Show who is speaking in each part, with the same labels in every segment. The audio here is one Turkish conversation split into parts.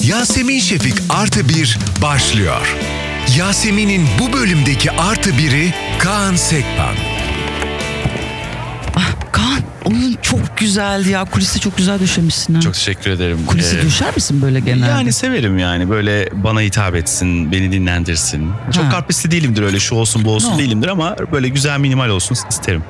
Speaker 1: Yasemin Şefik Artı Bir başlıyor. Yasemin'in bu bölümdeki artı biri Kaan Sekban.
Speaker 2: Kaan oyun çok güzeldi ya. Kulise çok güzel döşemişsin ha.
Speaker 3: Çok teşekkür ederim.
Speaker 2: Kulise
Speaker 3: Ee,
Speaker 2: döşer misin böyle genelde?
Speaker 3: Yani severim yani böyle bana hitap etsin, beni dinlendirsin. Çok
Speaker 2: Ha.
Speaker 3: karpesli değilimdir öyle şu olsun bu olsun
Speaker 2: No.
Speaker 3: değilimdir ama böyle güzel minimal olsun isterim.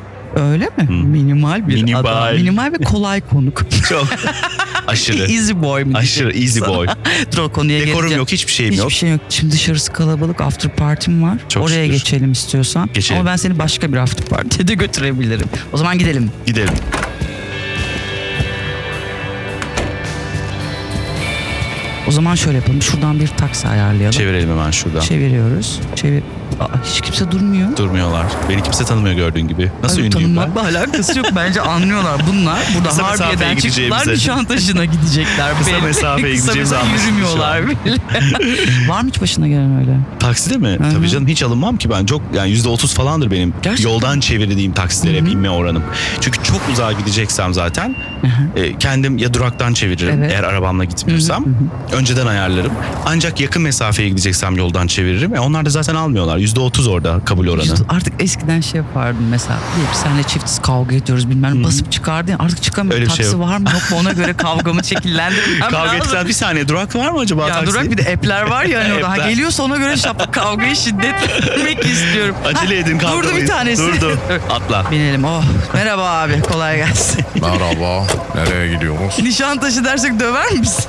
Speaker 2: Öyle mi? Minimal bir
Speaker 3: Minimal.
Speaker 2: adam. Minimal ve kolay konuk.
Speaker 3: Çok aşırı.
Speaker 2: easy boy mu?
Speaker 3: aşırı easy boy.
Speaker 2: Dur o konuya
Speaker 3: Dekorum
Speaker 2: geleceğim.
Speaker 3: yok, hiçbir şeyim
Speaker 2: Hiçbir
Speaker 3: yok.
Speaker 2: şey yok. Şimdi dışarısı kalabalık. After party'm var.
Speaker 3: Çok
Speaker 2: Oraya
Speaker 3: şükür.
Speaker 2: geçelim istiyorsan.
Speaker 3: Geçelim.
Speaker 2: Ama ben seni başka bir after party'ye de götürebilirim. O zaman gidelim.
Speaker 3: Gidelim.
Speaker 2: O zaman şöyle yapalım. Şuradan bir taksi ayarlayalım.
Speaker 3: Çevirelim hemen şuradan.
Speaker 2: Çeviriyoruz. Çevir. Aa, hiç kimse durmuyor.
Speaker 3: Durmuyorlar. Beni kimse tanımıyor gördüğün gibi. Nasıl
Speaker 2: Abi,
Speaker 3: ünlüyüm ben?
Speaker 2: tanınmakla alakası yok. Bence anlıyorlar bunlar. Burada
Speaker 3: Kısa mesafeye
Speaker 2: Harbiye'den çıktılar
Speaker 3: gideceğimize.
Speaker 2: Nişantaşı'na gidecekler.
Speaker 3: Kısa
Speaker 2: belli.
Speaker 3: mesafeye
Speaker 2: Kısa
Speaker 3: gideceğimizi
Speaker 2: mesafe
Speaker 3: anlaşıldı
Speaker 2: yürümüyorlar
Speaker 3: şu
Speaker 2: bile. Var mı hiç başına gelen öyle?
Speaker 3: Takside mi?
Speaker 2: Hı hı.
Speaker 3: Tabii canım hiç alınmam ki ben. Çok yani yüzde otuz falandır benim
Speaker 2: Gerçekten.
Speaker 3: yoldan çevirdiğim taksilere binme oranım. Çünkü çok uzağa gideceksem zaten e, kendim ya duraktan çeviririm
Speaker 2: Evet.
Speaker 3: eğer arabamla gitmiyorsam. Önceden ayarlarım. Ancak yakın mesafeye gideceksem yoldan çeviririm. E, onlar da zaten almıyorlar. Yüzde otuz orada kabul oranı.
Speaker 2: Yüz- Artık eskiden şey yapardım mesela. Diyelim ki senle çiftiz kavga ediyoruz bilmem ne. basıp çıkardı ya. Artık çıkamıyorum.
Speaker 3: Öyle bir şey
Speaker 2: Taksi
Speaker 3: yok.
Speaker 2: var mı yok mu ona göre kavgamı şekillendirmem
Speaker 3: Kavga
Speaker 2: lazım.
Speaker 3: etsen bir saniye durak var mı acaba
Speaker 2: Ya
Speaker 3: taksi?
Speaker 2: durak bir de app'ler var ya hani orada. Ha,
Speaker 3: App'ler.
Speaker 2: geliyorsa ona göre şap kavgayı şiddetlendirmek istiyorum.
Speaker 3: Acele
Speaker 2: Ha,
Speaker 3: edin kavga.
Speaker 2: Durdu bir tanesi.
Speaker 3: Durdu. Atla.
Speaker 2: Binelim. Oh. Merhaba abi. Kolay gelsin.
Speaker 4: Merhaba. Nereye gidiyoruz?
Speaker 2: Nişantaşı dersek döver misin?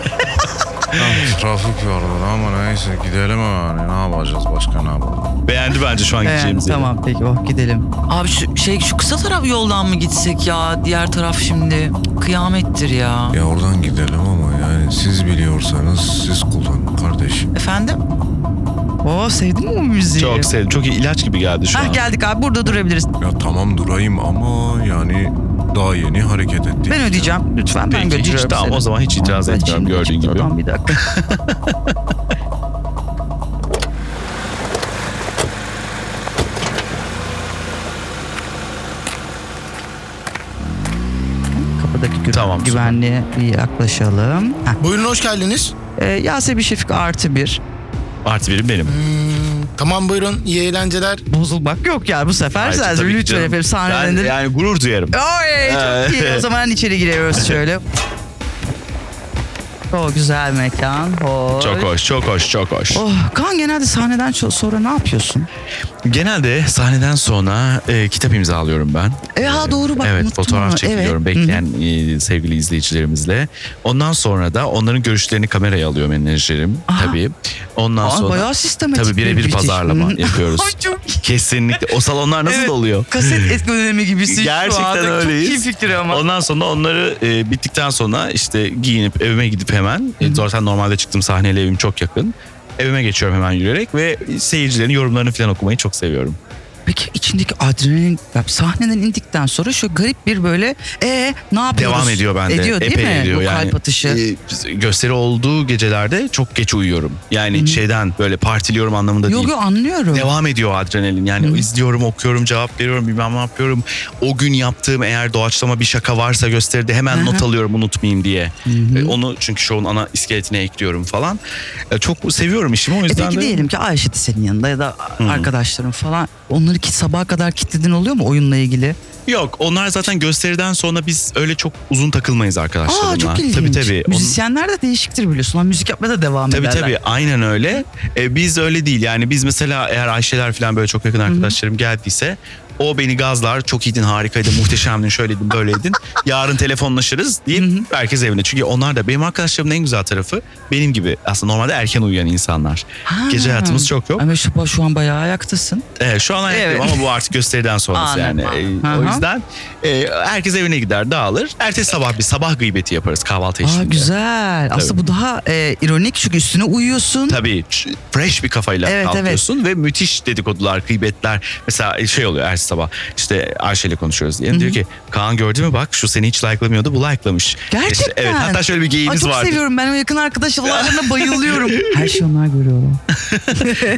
Speaker 4: Yalnız trafik vardı ama neyse gidelim yani. Ne yapacağız başka ne yapalım?
Speaker 3: Beğendi bence şu an gideceğimiz
Speaker 2: Beğendim
Speaker 3: yeri.
Speaker 2: tamam peki oh gidelim.
Speaker 5: Abi şu şey şu kısa taraf yoldan mı gitsek ya? Diğer taraf şimdi kıyamettir ya.
Speaker 4: Ya oradan gidelim ama yani siz biliyorsanız siz kullanın kardeşim.
Speaker 5: Efendim?
Speaker 2: Oo sevdin mi bu müziği?
Speaker 3: Çok sevdim. Çok iyi ilaç gibi geldi şu an.
Speaker 2: Hah geldik abi burada durabiliriz.
Speaker 4: Ya tamam durayım ama yani daha yeni hareket ettik.
Speaker 2: Ben ödeyeceğim lütfen ben
Speaker 3: Peki, hiç
Speaker 2: götürüyorum
Speaker 3: tamam,
Speaker 2: seni.
Speaker 3: o zaman hiç itiraz
Speaker 2: Ben
Speaker 3: etmiyorum,
Speaker 2: şimdi
Speaker 3: gördüğün
Speaker 2: çıktı
Speaker 3: gibi.
Speaker 2: oradan Bir dakika. Kapıdaki gü-
Speaker 3: Tamam, süper.
Speaker 2: güvenliğe bir yaklaşalım. Heh.
Speaker 6: Buyurun hoş geldiniz.
Speaker 2: Ee, Yasemin Şefik artı bir.
Speaker 3: Artı birim benim.
Speaker 6: Tamam buyurun iyi eğlenceler.
Speaker 2: Bozulmak yok ya bu sefer.
Speaker 3: Ayrıca
Speaker 2: Sen
Speaker 3: tabii ki
Speaker 2: lütfen
Speaker 3: canım.
Speaker 2: efendim
Speaker 3: Ben
Speaker 2: sahnelendirin.
Speaker 3: yani gurur duyarım.
Speaker 2: Oy çok iyi. O zaman içeri giriyoruz şöyle. O güzel mekan. Hoş.
Speaker 3: Çok hoş, çok hoş, çok hoş.
Speaker 2: Oh, Kaan genelde sahneden ço- sonra ne yapıyorsun?
Speaker 3: Genelde sahneden sonra e, kitap imzalıyorum ben.
Speaker 2: E, ha,
Speaker 3: E,
Speaker 2: doğru, bak,
Speaker 3: Evet,
Speaker 2: unuttum
Speaker 3: fotoğraf
Speaker 2: onu.
Speaker 3: çekiliyorum
Speaker 2: Evet.
Speaker 3: bekleyen e, sevgili izleyicilerimizle. Ondan sonra da onların görüşlerini kameraya alıyor menajerim
Speaker 2: Aha.
Speaker 3: tabii. Ondan
Speaker 2: Aa,
Speaker 3: sonra
Speaker 2: bayağı sistematik
Speaker 3: tabii
Speaker 2: bir
Speaker 3: birebir
Speaker 2: bitiş.
Speaker 3: pazarlama
Speaker 2: Hı.
Speaker 3: yapıyoruz.
Speaker 2: Ay, çok iyi.
Speaker 3: Kesinlikle. O salonlar nasıl
Speaker 2: Evet.
Speaker 3: doluyor?
Speaker 2: Kaset etki önemi gibisin şu anda.
Speaker 3: Gerçekten öyleyiz.
Speaker 2: Çok iyi fikir ama.
Speaker 3: Ondan sonra onları e, bittikten sonra işte giyinip evime gidip hemen e, zaten normalde çıktım sahneyle evim çok yakın. Evime geçiyorum hemen yürüyerek ve seyircilerin yorumlarını falan okumayı çok seviyorum.
Speaker 2: Peki içindeki adrenalin ya, sahneden indikten sonra şu garip bir böyle e ne yapıyoruz?
Speaker 3: Devam ediyor bende.
Speaker 2: Ediyor değil
Speaker 3: Epey
Speaker 2: mi?
Speaker 3: ediyor
Speaker 2: Bu
Speaker 3: yani.
Speaker 2: kalp atışı.
Speaker 3: E, gösteri olduğu gecelerde çok geç uyuyorum. Yani şeyden böyle partiliyorum anlamında
Speaker 2: yok
Speaker 3: değil.
Speaker 2: yok anlıyorum.
Speaker 3: Devam ediyor adrenalin. Yani izliyorum, okuyorum, cevap veriyorum, bilmem ne yapıyorum. O gün yaptığım eğer doğaçlama bir şaka varsa gösteride hemen
Speaker 2: Aha.
Speaker 3: not alıyorum unutmayayım diye. E, Onu çünkü şovun ana iskeletine ekliyorum falan. E, Çok seviyorum işimi o
Speaker 2: E
Speaker 3: yüzden
Speaker 2: peki
Speaker 3: de.
Speaker 2: diyelim ki Ayşe de senin yanında ya da arkadaşların falan. Onları ki sabaha kadar kilitledin oluyor mu oyunla ilgili?
Speaker 3: Yok onlar zaten gösteriden sonra biz öyle çok uzun takılmayız arkadaşlarımla.
Speaker 2: Aa çok ilginç.
Speaker 3: Tabii tabii. Onun-
Speaker 2: Müzisyenler de değişiktir biliyorsun. Onlar müzik yapmaya da devam
Speaker 3: Tabii
Speaker 2: ederler.
Speaker 3: tabii aynen öyle. E, biz öyle değil yani biz mesela eğer Ayşeler falan böyle çok yakın arkadaşlarım geldiyse o beni gazlar çok iyiydin harikaydın muhteşemdin şöyleydin böyleydin yarın telefonlaşırız deyip herkes evine. Çünkü onlar da benim arkadaşlarımın en güzel tarafı benim gibi aslında normalde erken uyuyan insanlar.
Speaker 2: Ha.
Speaker 3: Gece hayatımız çok yok.
Speaker 2: Ama şu, şu an bayağı ayaktasın.
Speaker 3: Evet, şu an ayaktayım
Speaker 2: Evet.
Speaker 3: ama bu artık gösteriden sonrası yani.
Speaker 5: Anladım.
Speaker 3: E,
Speaker 2: Hı
Speaker 3: o
Speaker 2: hı.
Speaker 3: yüzden e, herkes evine gider dağılır. Ertesi sabah bir sabah gıybeti yaparız kahvaltı
Speaker 2: Aa
Speaker 3: eşliğinde.
Speaker 2: güzel. Aslında bu daha e, ironik çünkü üstüne uyuyorsun.
Speaker 3: Tabii ç- fresh bir kafayla
Speaker 2: Evet,
Speaker 3: kalkıyorsun ve müthiş dedikodular, kıybetler. Mesela şey oluyor er- sabah. İşte Ayşe'yle konuşuyoruz diye. Diyor ki Kaan gördün mü bak şu seni hiç like'lamıyordu bu like'lamış.
Speaker 2: Gerçekten.
Speaker 3: İşte, evet hatta şöyle bir
Speaker 2: Ay,
Speaker 3: geyiğimiz
Speaker 2: çok
Speaker 3: vardı.
Speaker 2: seviyorum. Ben o yakın arkadaş olaylarına bayılıyorum. Her şeyi onlar görüyorlar.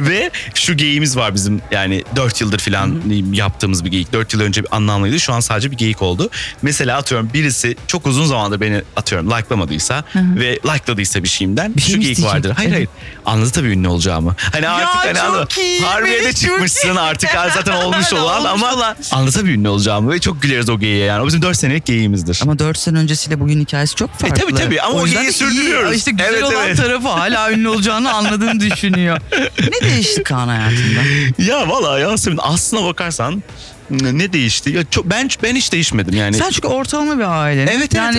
Speaker 3: Ve şu geyiğimiz var bizim yani 4 yıldır falan yaptığımız bir geyik. 4 yıl önce bir anlamlıydı şu an sadece bir geyik oldu. Mesela atıyorum birisi çok uzun zamandır beni atıyorum like'lamadıysa ve like'ladıysa bir şeyimden
Speaker 2: Bir şey
Speaker 3: şu
Speaker 2: mi
Speaker 3: geyik vardır.
Speaker 2: isteyecek?
Speaker 3: Hayır hayır anladı tabii ünlü olacağımı. Hani artık hani
Speaker 2: çok
Speaker 3: anladın.
Speaker 2: iyi,
Speaker 3: Harbiye de
Speaker 2: çok
Speaker 3: çıkmışsın
Speaker 2: iyi.
Speaker 3: artık zaten olmuş
Speaker 2: Aynen,
Speaker 3: olan
Speaker 2: olmuş
Speaker 3: ama
Speaker 2: olan.
Speaker 3: anladı tabii ünlü olacağımı ve çok güleriz o geyiğe yani. O bizim 4 senelik geyiğimizdir.
Speaker 2: Ama 4 sene öncesiyle bugün hikayesi çok farklı.
Speaker 3: E, tabii, tabii. Ama o
Speaker 2: yüzden
Speaker 3: geyiği
Speaker 2: de iyi.
Speaker 3: sürdürüyoruz.
Speaker 2: İşte güzel
Speaker 3: Evet,
Speaker 2: olan
Speaker 3: evet.
Speaker 2: tarafı hala ünlü olacağını anladığını düşünüyor. Ne değişti Kaan hayatında?
Speaker 3: ya valla Yasemin aslına bakarsan ne değişti? Ya çok, ben ben hiç değişmedim yani.
Speaker 2: Sen çünkü ortalama bir ailenin.
Speaker 3: Evet, evet.
Speaker 2: Yani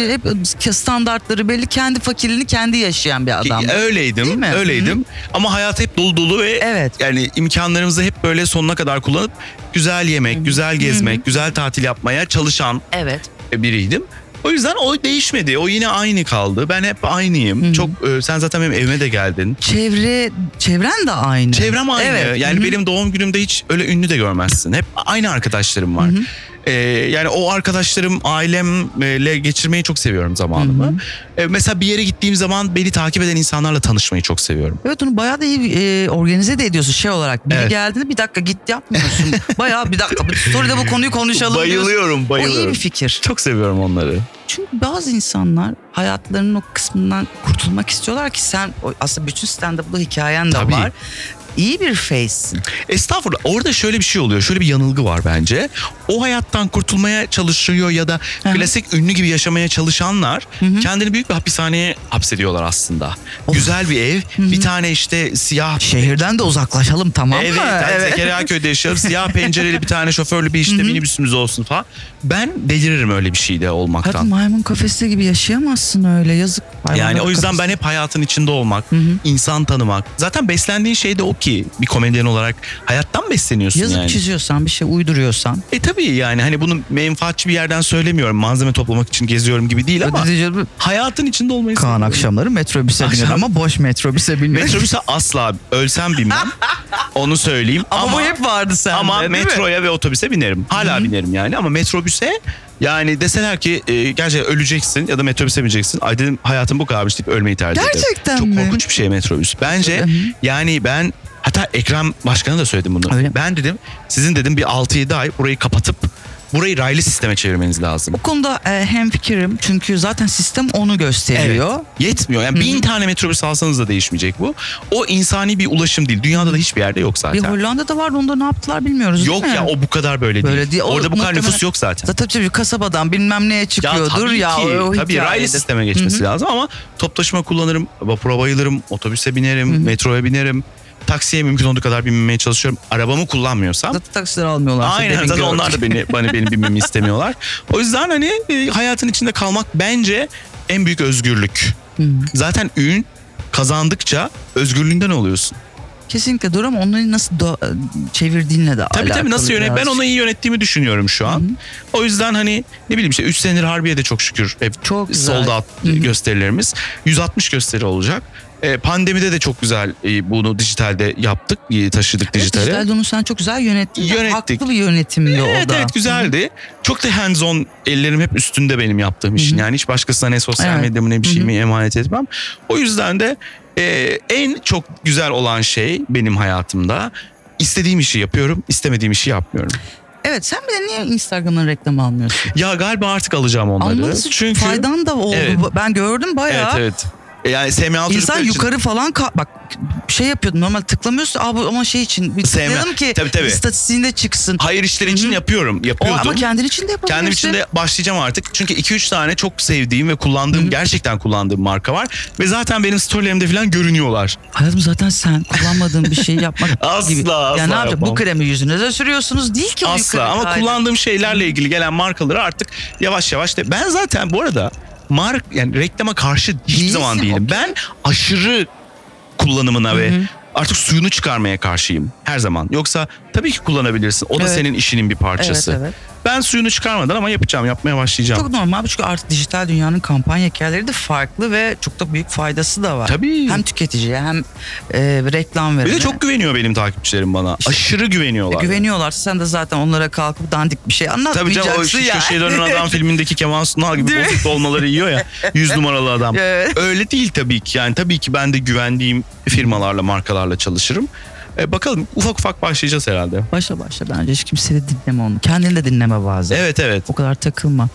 Speaker 2: hep standartları belli kendi fakirliğini kendi yaşayan bir
Speaker 3: Ki
Speaker 2: adam. Değil
Speaker 3: Öyleydim,
Speaker 2: mi?
Speaker 3: öyleydim. Ama hayat hep dolu dolu ve
Speaker 2: Evet.
Speaker 3: yani imkanlarımızı hep böyle sonuna kadar kullanıp güzel yemek, güzel gezmek, güzel tatil yapmaya çalışan
Speaker 2: Evet.
Speaker 3: biriydim. O yüzden o değişmedi. O yine aynı kaldı. Ben hep aynıyım. Çok e, sen zaten benim evime de geldin.
Speaker 2: Çevre, çevren de aynı.
Speaker 3: Çevrem aynı.
Speaker 2: Evet.
Speaker 3: Yani
Speaker 2: Hı hı.
Speaker 3: benim doğum günümde hiç öyle ünlü de görmezsin. Hep aynı arkadaşlarım var. Ee, yani o arkadaşlarım ailemle geçirmeyi çok seviyorum zamanımı. Ee, mesela bir yere gittiğim zaman beni takip eden insanlarla tanışmayı çok seviyorum.
Speaker 2: Evet onu bayağı da iyi e, organize de ediyorsun şey olarak. Biri
Speaker 3: Evet.
Speaker 2: geldiğinde bir dakika git yapmıyorsun. bayağı bir dakika bir story'de bu konuyu konuşalım diyorsun.
Speaker 3: bayılıyorum, bayılıyorum.
Speaker 2: O iyi bir fikir.
Speaker 3: Çok seviyorum onları.
Speaker 2: Çünkü bazı insanlar hayatlarının o kısmından kurtulmak istiyorlar ki sen o- aslında bütün stand-up'lı hikayen de
Speaker 3: Tabii.
Speaker 2: var. İyi bir face'sin.
Speaker 3: Estağfurullah. Orada şöyle bir şey oluyor. Şöyle bir yanılgı var bence. O hayattan kurtulmaya çalışıyor ya da
Speaker 2: Hı hı.
Speaker 3: klasik ünlü gibi yaşamaya çalışanlar kendini büyük bir hapishaneye hapsediyorlar aslında. Güzel bir ev, bir tane işte siyah
Speaker 2: Şehirden de uzaklaşalım tamam
Speaker 3: Evet,
Speaker 2: mı?
Speaker 3: hani Zekeriya köyde yaşıyorum. Siyah pencereli bir tane şoförlü bir işte minibüsümüz olsun falan. Ben deliririm öyle bir şeyde
Speaker 2: Hadi
Speaker 3: olmaktan.
Speaker 2: maymun kafesi gibi yaşayamazsın öyle yazık.
Speaker 3: Yani o yüzden ben
Speaker 2: hep
Speaker 3: hep hayatın içinde olmak, insan tanımak. Zaten beslendiğin şey de o ki bir komedyen olarak hayattan besleniyorsun
Speaker 2: Yazıp
Speaker 3: yani.
Speaker 2: çiziyorsan bir şey uyduruyorsan.
Speaker 3: E tabii yani hani bunu menfaatçi bir yerden söylemiyorum. Malzeme toplamak için geziyorum gibi değil ama
Speaker 2: Ödeyeceğim.
Speaker 3: hayatın içinde olmayı
Speaker 2: Kaan
Speaker 3: seviyorum.
Speaker 2: akşamları metrobüse biniyor
Speaker 3: Akşam-
Speaker 2: ama boş metrobüse biniyor.
Speaker 3: Metrobüse asla ölsem binmem. Onu söyleyeyim.
Speaker 2: ama, bu hep vardı sende
Speaker 3: ama
Speaker 2: değil mi?
Speaker 3: metroya ve otobüse binerim. Hala binerim yani ama metrobüse yani deseler ki e, gerçekten öleceksin ya da metrobüse bineceksin. Ay dedim hayatım bu kadarmış deyip ölmeyi tercih ederim.
Speaker 2: Gerçekten
Speaker 3: Çok
Speaker 2: mi?
Speaker 3: korkunç bir şey metrobüs. Bence yani ben hatta Ekrem Başkan'a da söyledim bunu.
Speaker 2: Öyle mi?
Speaker 3: Ben dedim sizin dedim bir 6-7 ay burayı kapatıp burayı raylı sisteme çevirmeniz lazım.
Speaker 2: Bu konuda e, hemfikirim çünkü zaten sistem onu gösteriyor.
Speaker 3: Yetmiyor. Yani bin tane metrobüs alsanız da değişmeyecek bu. O insani bir ulaşım değil. Dünyada da hiçbir yerde yok
Speaker 2: Bir
Speaker 3: zaten.
Speaker 2: Hollanda'da vardı onda ne yaptılar bilmiyoruz değil
Speaker 3: yok
Speaker 2: mi?
Speaker 3: ya o bu kadar böyle, değil.
Speaker 2: Böyle değil. O
Speaker 3: Orada bu kadar
Speaker 2: muhtemelen-
Speaker 3: nüfus yok zaten.
Speaker 2: Zaten tabii kasabadan bilmem neye çıkıyordur ya,
Speaker 3: tabii ki.
Speaker 2: o, o
Speaker 3: tabii raylı
Speaker 2: hikayede.
Speaker 3: sisteme geçmesi lazım ama top taşıma kullanırım, vapura bayılırım, otobüse binerim, metroya binerim. Taksiye mümkün olduğu kadar binmeye çalışıyorum. Arabamı kullanmıyorsam.
Speaker 2: Zaten taksiler almıyorlar.
Speaker 3: Aynen zaten onlar da beni, bana beni binmemi istemiyorlar. O yüzden hani e, hayatın içinde kalmak bence en büyük özgürlük. Zaten ün kazandıkça özgürlüğünden oluyorsun.
Speaker 2: Kesinlikle dur ama onları nasıl do- çevirdiğinle de
Speaker 3: Tabii tabii nasıl yönet ben onu iyi yönettiğimi düşünüyorum şu an. O yüzden hani ne bileyim işte 3 senedir Harbiye'de çok şükür hep
Speaker 2: Çok güzel.
Speaker 3: sold out gösterilerimiz 160 gösteri olacak. E, pandemide de çok güzel e, bunu dijitalde yaptık, e, taşıdık dijitale.
Speaker 2: Dijital onu sen çok güzel yönettin.
Speaker 3: Yönettik.
Speaker 2: Haklı bir yönetimdi o
Speaker 3: Evet
Speaker 2: da.
Speaker 3: evet güzeldi. Çok da hands on ellerim hep üstünde benim yaptığım işin. Yani hiç başkasına ne sosyal
Speaker 2: Evet.
Speaker 3: medyamı ne bir şeyimi emanet etmem. O yüzden de e, en çok güzel olan şey benim hayatımda istediğim işi yapıyorum, istemediğim işi yapmıyorum.
Speaker 2: Evet sen bir de niye Instagram'dan reklam almıyorsun?
Speaker 3: Ya galiba artık alacağım onları.
Speaker 2: Almalısın çünkü faydan da oldu.
Speaker 3: Evet.
Speaker 2: Ben gördüm
Speaker 3: Evet
Speaker 2: bayağı.
Speaker 3: evet. E, Yani SMA çocuklar
Speaker 2: İnsan
Speaker 3: için-
Speaker 2: yukarı falan ka- bak şey yapıyordum normal tıklamıyorsun Aa, bu- ama şey için bir
Speaker 3: Sevmem.
Speaker 2: tıklayalım ki
Speaker 3: Tabii, tabii.
Speaker 2: istatistiğinde çıksın.
Speaker 3: Hayır işleri için yapıyorum.
Speaker 2: O,
Speaker 3: Yapıyordum.
Speaker 2: ama kendin için de yapabilirsin.
Speaker 3: Kendim için de başlayacağım artık. Çünkü 2-3 tane çok sevdiğim ve kullandığım, gerçekten kullandığım marka var. Ve zaten benim storylerimde falan görünüyorlar.
Speaker 2: Hayatım zaten sen kullanmadığın bir şey yapmak
Speaker 3: Asla,
Speaker 2: gibi.
Speaker 3: asla
Speaker 2: yani ne yapacak?
Speaker 3: yapmam.
Speaker 2: Bu kremi yüzünüze sürüyorsunuz değil ki o
Speaker 3: Asla.
Speaker 2: yukarı
Speaker 3: Ama
Speaker 2: kaydı.
Speaker 3: kullandığım şey şeylerle ilgili gelen markaları artık yavaş yavaş de... Ben zaten bu arada mark yani reklama karşı hiçbir
Speaker 2: Değilsin,
Speaker 3: zaman değilim.
Speaker 2: okey.
Speaker 3: Ben aşırı kullanımına ve artık suyunu çıkarmaya karşıyım her zaman. Yoksa tabii ki kullanabilirsin. O da
Speaker 2: Evet.
Speaker 3: senin işinin bir parçası.
Speaker 2: Evet, evet.
Speaker 3: Ben suyunu çıkarmadan ama yapacağım. Yapmaya başlayacağım.
Speaker 2: Çok normal çünkü artık dijital dünyanın kampanya hikayeleri de farklı ve çok da büyük faydası da var.
Speaker 3: Tabii.
Speaker 2: Hem tüketiciye hem e, reklam
Speaker 3: bir
Speaker 2: verene. E,
Speaker 3: de çok güveniyor benim takipçilerim bana. Aşırı güveniyorlar.
Speaker 2: güveniyorlarsa sen de zaten onlara kalkıp dandik bir şey
Speaker 3: Tabii
Speaker 2: anlatmayacaksın
Speaker 3: canım o şu
Speaker 2: yani.
Speaker 3: köşeye dönen adam filmindeki Kemal Sunal gibi
Speaker 2: Değil mi?
Speaker 3: bozuk dolmaları yiyor ya. Yüz numaralı adam.
Speaker 2: Evet.
Speaker 3: Öyle değil tabii ki. Yani tabii ki ben de güvendiğim firmalarla, markalarla çalışırım. E, bakalım ufak ufak başlayacağız herhalde.
Speaker 2: Başla başla bence hiç kimseyi dinleme onu. Kendini de dinleme bazen.
Speaker 3: Evet evet.
Speaker 2: O kadar takılma.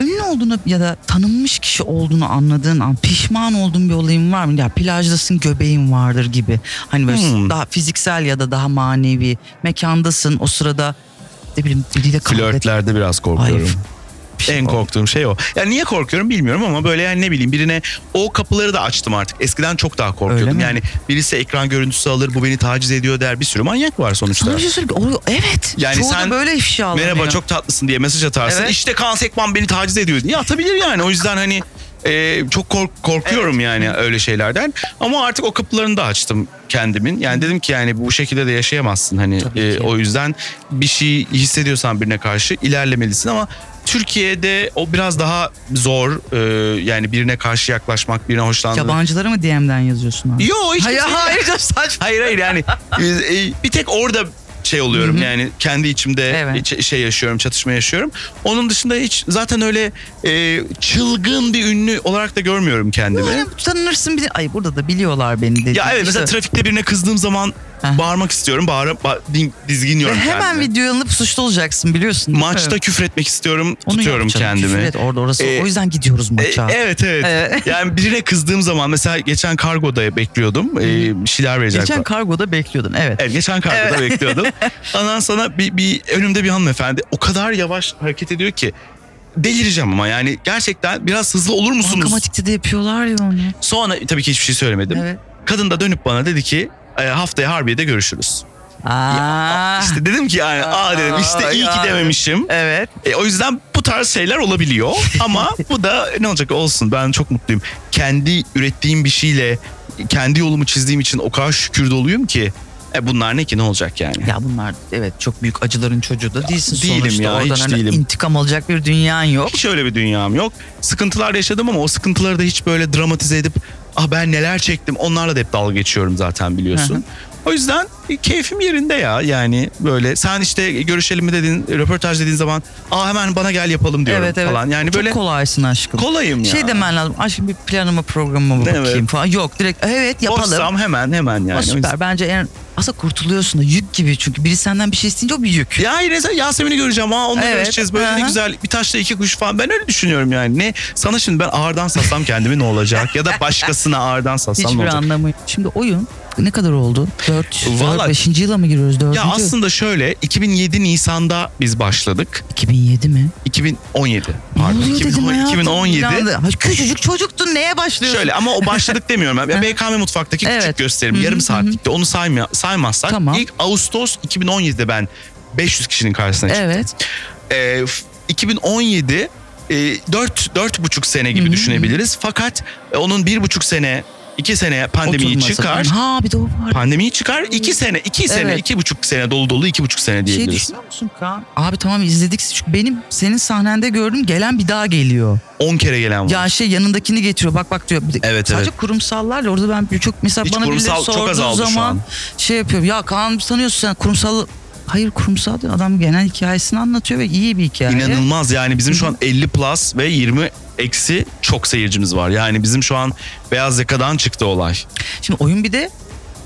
Speaker 2: Ünlü olduğunu ya da tanınmış kişi olduğunu anladığın an pişman olduğun bir olayın var mı? Ya plajdasın göbeğin vardır gibi. Hani böyle
Speaker 3: Hmm.
Speaker 2: daha fiziksel ya da daha manevi. Mekandasın o sırada ne bileyim biriyle kavga et-
Speaker 3: Flörtlerde biraz korkuyorum.
Speaker 2: Ay, bir şey
Speaker 3: en
Speaker 2: oldu.
Speaker 3: korktuğum şey o. Yani niye korkuyorum bilmiyorum ama böyle yani ne bileyim birine o kapıları da açtım artık. Eskiden çok daha
Speaker 2: Öyle
Speaker 3: korkuyordum.
Speaker 2: mi?
Speaker 3: Yani birisi ekran görüntüsü alır bu beni taciz ediyor der bir sürü manyak var sonuçta.
Speaker 2: Sana bir şey söyleyeyim. Oluyor. Evet.
Speaker 3: Yani
Speaker 2: çoğu da
Speaker 3: sen-
Speaker 2: böyle ifşalanıyor.
Speaker 3: Merhaba çok tatlısın diye mesaj atarsın.
Speaker 2: Evet.
Speaker 3: İşte Kaan Sekman beni taciz ediyor diye atabilir yani. O yüzden hani e, çok kork- korkuyorum yani öyle şeylerden. Ama artık o kapılarını da açtım kendimin. Yani dedim ki yani bu şekilde de yaşayamazsın. Hani e, o yüzden bir şey hissediyorsan birine karşı ilerlemelisin ama Türkiye'de o biraz daha zor e, yani birine karşı yaklaşmak, birine hoşlanmak.
Speaker 2: Yabancılara mı DM'den yazıyorsun abi?
Speaker 3: Yo hiç
Speaker 2: Hayır
Speaker 3: kimseye-
Speaker 2: hayır canım, saçma.
Speaker 3: Hayır hayır yani e, e, bir tek orada şey oluyorum yani kendi içimde
Speaker 2: Evet.
Speaker 3: e, ç- şey yaşıyorum çatışma yaşıyorum. Onun dışında hiç zaten öyle e, çılgın bir ünlü olarak da görmüyorum kendimi.
Speaker 2: Hani tanınırsın bir de- Ay burada da biliyorlar beni dedi.
Speaker 3: Ya evet mesela
Speaker 2: İşte-
Speaker 3: trafikte birine kızdığım zaman
Speaker 2: Heh.
Speaker 3: bağırmak istiyorum. Bağır, ba- din-
Speaker 2: Ve
Speaker 3: dizginliyorum
Speaker 2: hemen
Speaker 3: kendimi.
Speaker 2: video alınıp suçlu olacaksın biliyorsun. değil mi?
Speaker 3: Maçta küfür etmek istiyorum.
Speaker 2: Onu
Speaker 3: tutuyorum
Speaker 2: yap canım,
Speaker 3: kendimi.
Speaker 2: küfür et orada orası.
Speaker 3: Ee,
Speaker 2: o yüzden gidiyoruz
Speaker 3: E,
Speaker 2: maça.
Speaker 3: evet evet.
Speaker 2: Evet.
Speaker 3: Yani birine kızdığım zaman mesela geçen kargoda bekliyordum. E, bir şeyler verecekler.
Speaker 2: Geçen kargoda bekliyordun evet.
Speaker 3: Evet, geçen kargoda bekliyordum. Ondan sonra bir, bir önümde bir hanımefendi o kadar yavaş hareket ediyor ki delireceğim ama yani gerçekten biraz hızlı olur musunuz?
Speaker 2: Bankamatikte de yapıyorlar ya onu.
Speaker 3: Sonra tabii ki hiçbir şey söylemedim.
Speaker 2: Evet.
Speaker 3: Kadın da dönüp bana dedi ki "E, haftaya Harbiye'de görüşürüz.
Speaker 2: Aa.
Speaker 3: İşte dedim ki yani aa dedim işte iyi ki
Speaker 2: ya.
Speaker 3: dememişim.
Speaker 2: Evet.
Speaker 3: E, o yüzden bu tarz şeyler olabiliyor ama bu da e, ne olacak olsun ben çok mutluyum. Kendi ürettiğim bir şeyle kendi yolumu çizdiğim için o kadar şükür doluyum ki e, bunlar ne ki ne olacak yani.
Speaker 2: Ya bunlar evet çok büyük acıların çocuğu da değilsin
Speaker 3: değilim
Speaker 2: sonuçta.
Speaker 3: ya, hiç
Speaker 2: Oradan hani
Speaker 3: değilim.
Speaker 2: intikam alacak bir dünyan yok.
Speaker 3: Hiç öyle bir dünyam yok. Sıkıntılar yaşadım ama o sıkıntıları da hiç böyle dramatize edip ah ben neler çektim onlarla da hep dalga geçiyorum zaten
Speaker 2: Hı
Speaker 3: biliyorsun. O yüzden e, keyfim yerinde ya yani böyle sen işte görüşelim mi dedin röportaj dediğin zaman aa hemen bana gel yapalım diyorum
Speaker 2: evet evet.
Speaker 3: falan. Yani
Speaker 2: çok
Speaker 3: böyle
Speaker 2: kolaysın aşkım.
Speaker 3: kolayım ya.
Speaker 2: Şey demen lazım. Aşkım bir planıma programıma mı
Speaker 3: Evet.
Speaker 2: bakayım falan. Yok direkt evet yapalım.
Speaker 3: Boşsam hemen hemen yani.
Speaker 2: Aa,
Speaker 3: O yüzden-
Speaker 2: süper. Bence en aslında kurtuluyorsun da yük gibi çünkü biri senden bir şey isteyince o bir yük.
Speaker 3: Ya yine sen Yasemin'i göreceğim. Aa onunla
Speaker 2: Evet,
Speaker 3: görüşeceğiz. Böyle ne
Speaker 2: aha.
Speaker 3: güzel bir taşla iki kuş falan. Ben öyle düşünüyorum yani. Ne sana şimdi ben ağırdan satsam kendimi ne olacak? Ya da başkasına ağırdan satsam ne
Speaker 2: Hiçbir
Speaker 3: olacak?
Speaker 2: anlamı yok. Şimdi oyun ne kadar oldu? 4,
Speaker 3: Vallahi-
Speaker 2: 5. yıla mı giriyoruz? 4.
Speaker 3: Ya aslında şöyle 2007 Nisan'da biz başladık.
Speaker 2: 2007 mi?
Speaker 3: 2017
Speaker 2: Ne
Speaker 3: pardon.
Speaker 2: oluyor dedim
Speaker 3: 2010
Speaker 2: hayatım, bir
Speaker 3: 2017.
Speaker 2: anda. Ha, küçücük çocuktun neye başlıyorsun?
Speaker 3: Şöyle ama o başladık demiyorum. ben. Ya BKM mutfaktaki
Speaker 2: Evet.
Speaker 3: küçük gösterim yarım saatlikte onu saymaya, saymazsak
Speaker 2: Tamam.
Speaker 3: ilk Ağustos 2017'de ben 500 kişinin karşısına çıktım.
Speaker 2: Evet.
Speaker 3: Ee, f- 2017 e, 4 dört buçuk sene gibi düşünebiliriz. Fakat e, onun bir buçuk sene 2 sene pandemiyi
Speaker 2: Oturması
Speaker 3: çıkar.
Speaker 2: falan. Ha bir de o var.
Speaker 3: Pandemiyi çıkar. 2 sene, 2 sene,
Speaker 2: Evet.
Speaker 3: 2,5 sene dolu dolu 2,5 sene
Speaker 2: şey
Speaker 3: diyebiliriz.
Speaker 2: düşünüyor musun Kaan? Abi tamam izledik. Çünkü benim senin sahnende gördüm gelen bir daha geliyor.
Speaker 3: 10 kere gelen var.
Speaker 2: Ya şey yanındakini getiriyor bak bak diyor. Bir de-
Speaker 3: Evet,
Speaker 2: Sadece
Speaker 3: evet.
Speaker 2: kurumsallarla orada ben bir çok mesela
Speaker 3: Hiç
Speaker 2: bana birileri
Speaker 3: kurumsal çok
Speaker 2: sorduğu
Speaker 3: azaldı şu
Speaker 2: zaman
Speaker 3: an.
Speaker 2: şey yapıyorum. Ya Kaan sanıyorsun sen kurumsal Hayır kurumsal diyor. Adam genel hikayesini anlatıyor ve iyi bir hikaye.
Speaker 3: İnanılmaz yani bizim şu an 50 plus ve 20 eksi çok seyircimiz var. Yani bizim şu an beyaz yakadan çıktı olay.
Speaker 2: Şimdi oyun bir de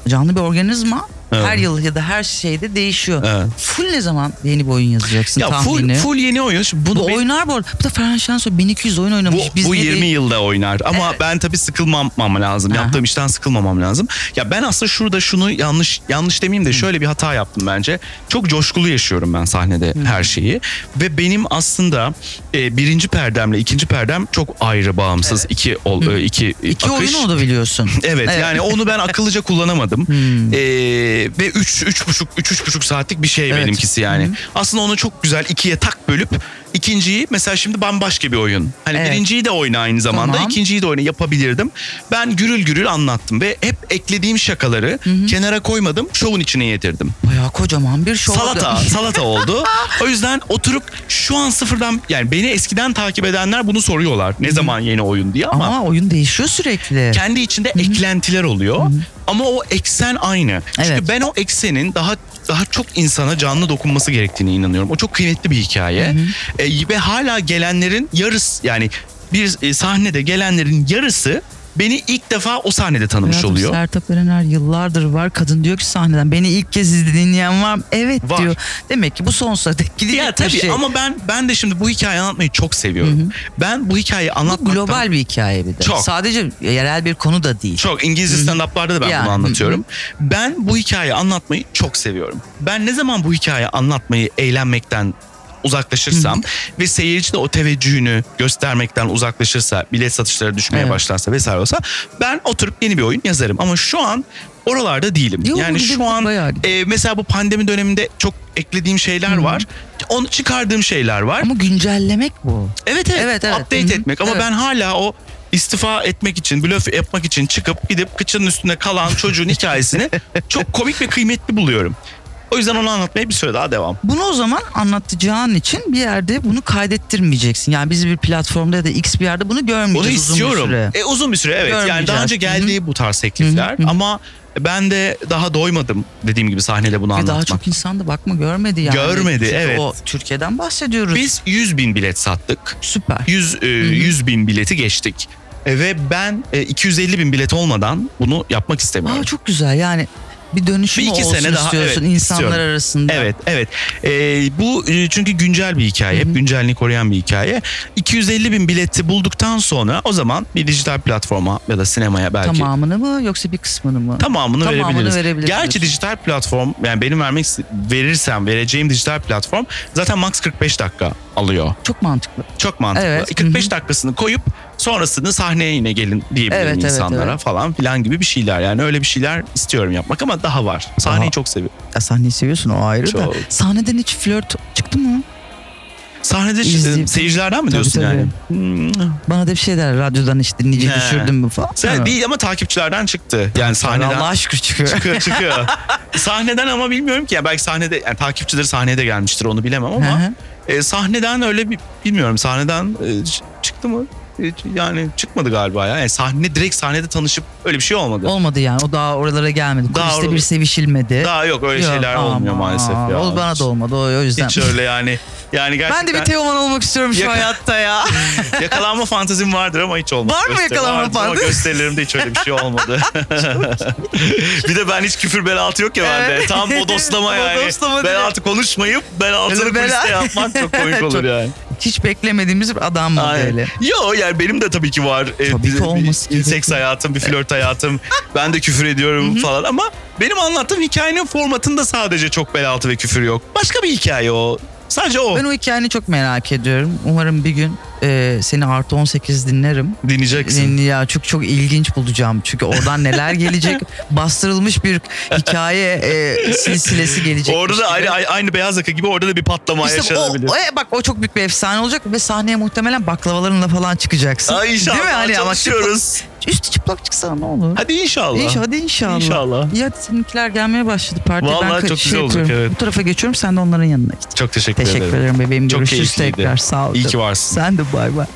Speaker 2: canlı bir organizma.
Speaker 3: Evet.
Speaker 2: Her yıl ya da her şeyde değişiyor.
Speaker 3: Evet.
Speaker 2: Full ne zaman yeni bir oyun yazacaksın
Speaker 3: Ya full,
Speaker 2: tahmini?
Speaker 3: full yeni oyun. Şimdi
Speaker 2: bu
Speaker 3: bunu ben-
Speaker 2: oynar bu arada. Bu da Ferhan Şensoy 1200 oyun
Speaker 3: bu,
Speaker 2: oynamış. Biz
Speaker 3: bu
Speaker 2: ne
Speaker 3: 20
Speaker 2: değil-
Speaker 3: yılda oynar ama ben tabii sıkılmamam lazım.
Speaker 2: Aha.
Speaker 3: Yaptığım işten sıkılmamam lazım. Ya ben aslında şurada şunu yanlış yanlış demeyeyim de şöyle bir hata yaptım bence. Çok coşkulu yaşıyorum ben sahnede her şeyi ve benim aslında e, birinci perdemle ikinci perdem çok ayrı bağımsız iki ol, e, iki,
Speaker 2: İki
Speaker 3: akış.
Speaker 2: oyunu o da biliyorsun.
Speaker 3: Evet,
Speaker 2: Evet.
Speaker 3: yani onu ben akıllıca kullanamadım.
Speaker 2: Hmm.
Speaker 3: Ee, ve 3 üç, üç buçuk üç, üç buçuk saatlik bir şey
Speaker 2: Evet. Hmm.
Speaker 3: benimkisi yani. Aslında onu çok güzel ikiye tak bölüp İkinciyi mesela şimdi bambaşka bir oyun. Hani
Speaker 2: Evet.
Speaker 3: birinciyi de oyna aynı zamanda,
Speaker 2: Tamam.
Speaker 3: ikinciyi de oyna yapabilirdim. Ben gürül gürül anlattım ve hep eklediğim şakaları kenara koymadım, şovun içine yedirdim.
Speaker 2: Bayağı kocaman bir şov.
Speaker 3: Salata, salata oldu. O yüzden oturup şu an sıfırdan yani beni eskiden takip edenler bunu soruyorlar. Ne zaman yeni oyun diye ama,
Speaker 2: Ama oyun değişiyor sürekli.
Speaker 3: kendi içinde eklentiler oluyor. Ama o eksen aynı.
Speaker 2: Evet.
Speaker 3: Çünkü ben o eksenin daha daha çok insana canlı dokunması gerektiğine inanıyorum. O çok kıymetli bir hikaye. E, ve hala gelenlerin yarısı yani bir e, sahnede gelenlerin yarısı beni ilk defa o sahnede tanımış
Speaker 2: Hayatım,
Speaker 3: oluyor.
Speaker 2: Sertab Erener yıllardır var. Kadın diyor ki sahneden beni ilk kez izledi dinleyen var mı? Evet
Speaker 3: Var.
Speaker 2: diyor. Demek ki bu sonsuza dek gidecek
Speaker 3: Ya tabii
Speaker 2: bir şey.
Speaker 3: ama ben ben de şimdi bu hikayeyi anlatmayı çok seviyorum. Ben bu hikayeyi
Speaker 2: Bu
Speaker 3: anlatmaktan
Speaker 2: global bir hikaye bir de.
Speaker 3: Çok.
Speaker 2: Sadece yerel bir konu da değil.
Speaker 3: Çok İngilizce stand-up'larda da ben
Speaker 2: Yani,
Speaker 3: bunu
Speaker 2: hı
Speaker 3: anlatıyorum. Ben bu hikayeyi anlatmayı çok seviyorum. Ben ne zaman bu hikayeyi anlatmayı eğlenmekten uzaklaşırsam ve seyirci de o teveccühünü göstermekten uzaklaşırsa, bilet satışları düşmeye
Speaker 2: Evet.
Speaker 3: başlarsa vesaire olsa ben oturup yeni bir oyun yazarım. Ama şu an oralarda değilim.
Speaker 2: Yo,
Speaker 3: yani
Speaker 2: gidebilir,
Speaker 3: şu an
Speaker 2: bayağı gidebilir.
Speaker 3: e, mesela bu pandemi döneminde çok eklediğim şeyler var. Onu çıkardığım şeyler var.
Speaker 2: Ama güncellemek bu.
Speaker 3: Evet evet.
Speaker 2: Evet, evet.
Speaker 3: Update
Speaker 2: Hı hı.
Speaker 3: etmek ama
Speaker 2: Evet.
Speaker 3: ben hala o istifa etmek için, blöf yapmak için çıkıp gidip kıçının üstünde kalan çocuğun hikayesini çok komik ve kıymetli buluyorum. O yüzden onu anlatmaya bir süre daha devam.
Speaker 2: Bunu o zaman anlatacağın için bir yerde bunu kaydettirmeyeceksin. Yani biz bir platformda ya da X bir yerde bunu görmeyeceğiz
Speaker 3: Onu
Speaker 2: uzun
Speaker 3: istiyorum.
Speaker 2: bir süre.
Speaker 3: E uzun bir süre evet. Yani
Speaker 2: Görmeyeceğiz.
Speaker 3: daha önce geldiği bu tarz teklifler ama ben de daha doymadım dediğim gibi sahnede bunu
Speaker 2: Ve
Speaker 3: anlatmak.
Speaker 2: E, daha çok insan da bakma görmedi yani.
Speaker 3: Görmedi,
Speaker 2: Çünkü
Speaker 3: evet.
Speaker 2: O Türkiye'den bahsediyoruz.
Speaker 3: Biz 100 bin bilet sattık.
Speaker 2: Süper.
Speaker 3: 100 e, 100 bin bileti geçtik. E, Ve ben e, 250 bin bilet olmadan bunu yapmak istemiyorum.
Speaker 2: Aa, çok güzel yani bir dönüşüm
Speaker 3: Bir iki
Speaker 2: olsun
Speaker 3: sene daha,
Speaker 2: istiyorsun
Speaker 3: evet,
Speaker 2: insanlar
Speaker 3: istiyorum.
Speaker 2: arasında.
Speaker 3: Evet, evet. Ee, bu e, çünkü güncel bir hikaye. Hep güncelliğini koruyan bir hikaye. 250 bin bileti bulduktan sonra o zaman bir dijital platforma ya da sinemaya belki
Speaker 2: Tamamını mı yoksa bir kısmını mı?
Speaker 3: tamamını,
Speaker 2: Tamamını
Speaker 3: verebiliriz.
Speaker 2: verebilirsiniz.
Speaker 3: Gerçi dijital platform yani benim vermek iste- verirsem vereceğim dijital platform zaten max 45 dakika alıyor.
Speaker 2: Çok mantıklı.
Speaker 3: Çok mantıklı.
Speaker 2: Evet,
Speaker 3: 45 dakikasını koyup sonrasını sahneye yine gelin diyebilirim
Speaker 2: Evet, evet,
Speaker 3: insanlara
Speaker 2: evet.
Speaker 3: falan filan gibi bir şeyler. Yani öyle bir şeyler istiyorum yapmak ama daha var. Sahneyi
Speaker 2: Daha-
Speaker 3: çok seviyorum.
Speaker 2: Ya sahneyi seviyorsun o ayrı da.
Speaker 3: Çok.
Speaker 2: Sahneden hiç flört çıktı mı?
Speaker 3: Sahnede
Speaker 2: İzleyip-
Speaker 3: seyircilerden mi
Speaker 2: Tabii,
Speaker 3: diyorsun
Speaker 2: tabii.
Speaker 3: yani? Hmm.
Speaker 2: Bana da bir şey der radyodan işte nice
Speaker 3: He.
Speaker 2: düşürdüm mü falan.
Speaker 3: Sen
Speaker 2: Ha.
Speaker 3: değil ama takipçilerden çıktı. Yani sahneden
Speaker 2: Allah aşkına çıkıyor.
Speaker 3: çıkıyor çıkıyor. sahneden ama bilmiyorum ki. Yani belki sahnede yani takipçileri sahnede gelmiştir onu bilemem ama
Speaker 2: Hı hı.
Speaker 3: e, sahneden öyle bir bilmiyorum. Sahneden e, ç- çıktı mı? E, ç- yani çıkmadı galiba ya. Yani sahne direkt sahnede tanışıp öyle bir şey olmadı.
Speaker 2: Olmadı yani o daha oralara gelmedi.
Speaker 3: Daha
Speaker 2: Kuliste
Speaker 3: or-
Speaker 2: bir sevişilmedi.
Speaker 3: Daha yok öyle
Speaker 2: Yok,
Speaker 3: şeyler
Speaker 2: aman.
Speaker 3: olmuyor maalesef ya.
Speaker 2: O bana da olmadı o, o yüzden.
Speaker 3: Hiç öyle yani. Yani gerçekten
Speaker 2: ben de bir Teoman olmak istiyorum şu
Speaker 3: Yak-
Speaker 2: hayatta ya.
Speaker 3: yakalanma fantazim vardır ama hiç olmaz.
Speaker 2: Var mı
Speaker 3: Göster-
Speaker 2: yakalanma
Speaker 3: vardır ama
Speaker 2: fantezi?
Speaker 3: Gösterilerimde hiç öyle bir şey olmadı. bir de ben hiç küfür belaltı yok ya bende.
Speaker 2: Evet.
Speaker 3: Tam bodoslama yani.
Speaker 2: Bodoslama direkt.
Speaker 3: belaltı konuşmayıp belaltını
Speaker 2: Öyle bela-
Speaker 3: kuliste yapmak çok komik olur
Speaker 2: Çok-
Speaker 3: yani.
Speaker 2: Hiç beklemediğimiz bir adam mı
Speaker 3: Aynen.
Speaker 2: böyle?
Speaker 3: Yo yani benim de tabii ki var. Ee,
Speaker 2: Tabii
Speaker 3: bir-
Speaker 2: ki
Speaker 3: bir
Speaker 2: olması
Speaker 3: Seks
Speaker 2: gerekiyor.
Speaker 3: hayatım, bir flört hayatım. ben de küfür ediyorum falan ama benim anlattığım hikayenin formatında sadece çok belaltı ve küfür yok. Başka bir hikaye o. Sadece o.
Speaker 2: Ben o hikayeni çok merak ediyorum. Umarım bir gün e, seni artı 18 dinlerim.
Speaker 3: Dinleyeceksin.
Speaker 2: Seni ya çok çok ilginç bulacağım. Çünkü oradan neler gelecek bastırılmış bir hikaye e, silsilesi gelecek.
Speaker 3: Orada da aynı, aynı beyaz yaka gibi orada da bir patlama
Speaker 2: İşte o,
Speaker 3: yaşanabilir.
Speaker 2: o- e, bak o çok büyük bir efsane olacak ve sahneye muhtemelen baklavalarınla falan çıkacaksın.
Speaker 3: Ay inşallah
Speaker 2: Değil mi? Hani ama
Speaker 3: çalışıyoruz.
Speaker 2: çıplak- üstü çıplak çıksana ne olur.
Speaker 3: Hadi inşallah.
Speaker 2: İnşallah, hadi inşallah.
Speaker 3: İnşallah.
Speaker 2: Ya seninkiler gelmeye başladı partiye.
Speaker 3: Vallahi
Speaker 2: ben ka-
Speaker 3: çok
Speaker 2: şey
Speaker 3: güzel olacak,
Speaker 2: yapıyorum,
Speaker 3: evet.
Speaker 2: Bu tarafa geçiyorum sen de onların yanına git.
Speaker 3: Çok teşekkür,
Speaker 2: Teşekkür
Speaker 3: ederim.
Speaker 2: ederim bebeğim.
Speaker 3: Çok
Speaker 2: Görüşürüz
Speaker 3: keyifliydi.
Speaker 2: tekrar. Sağ ol.
Speaker 3: İyi
Speaker 2: canım.
Speaker 3: ki varsın.
Speaker 2: Sen de bay bay.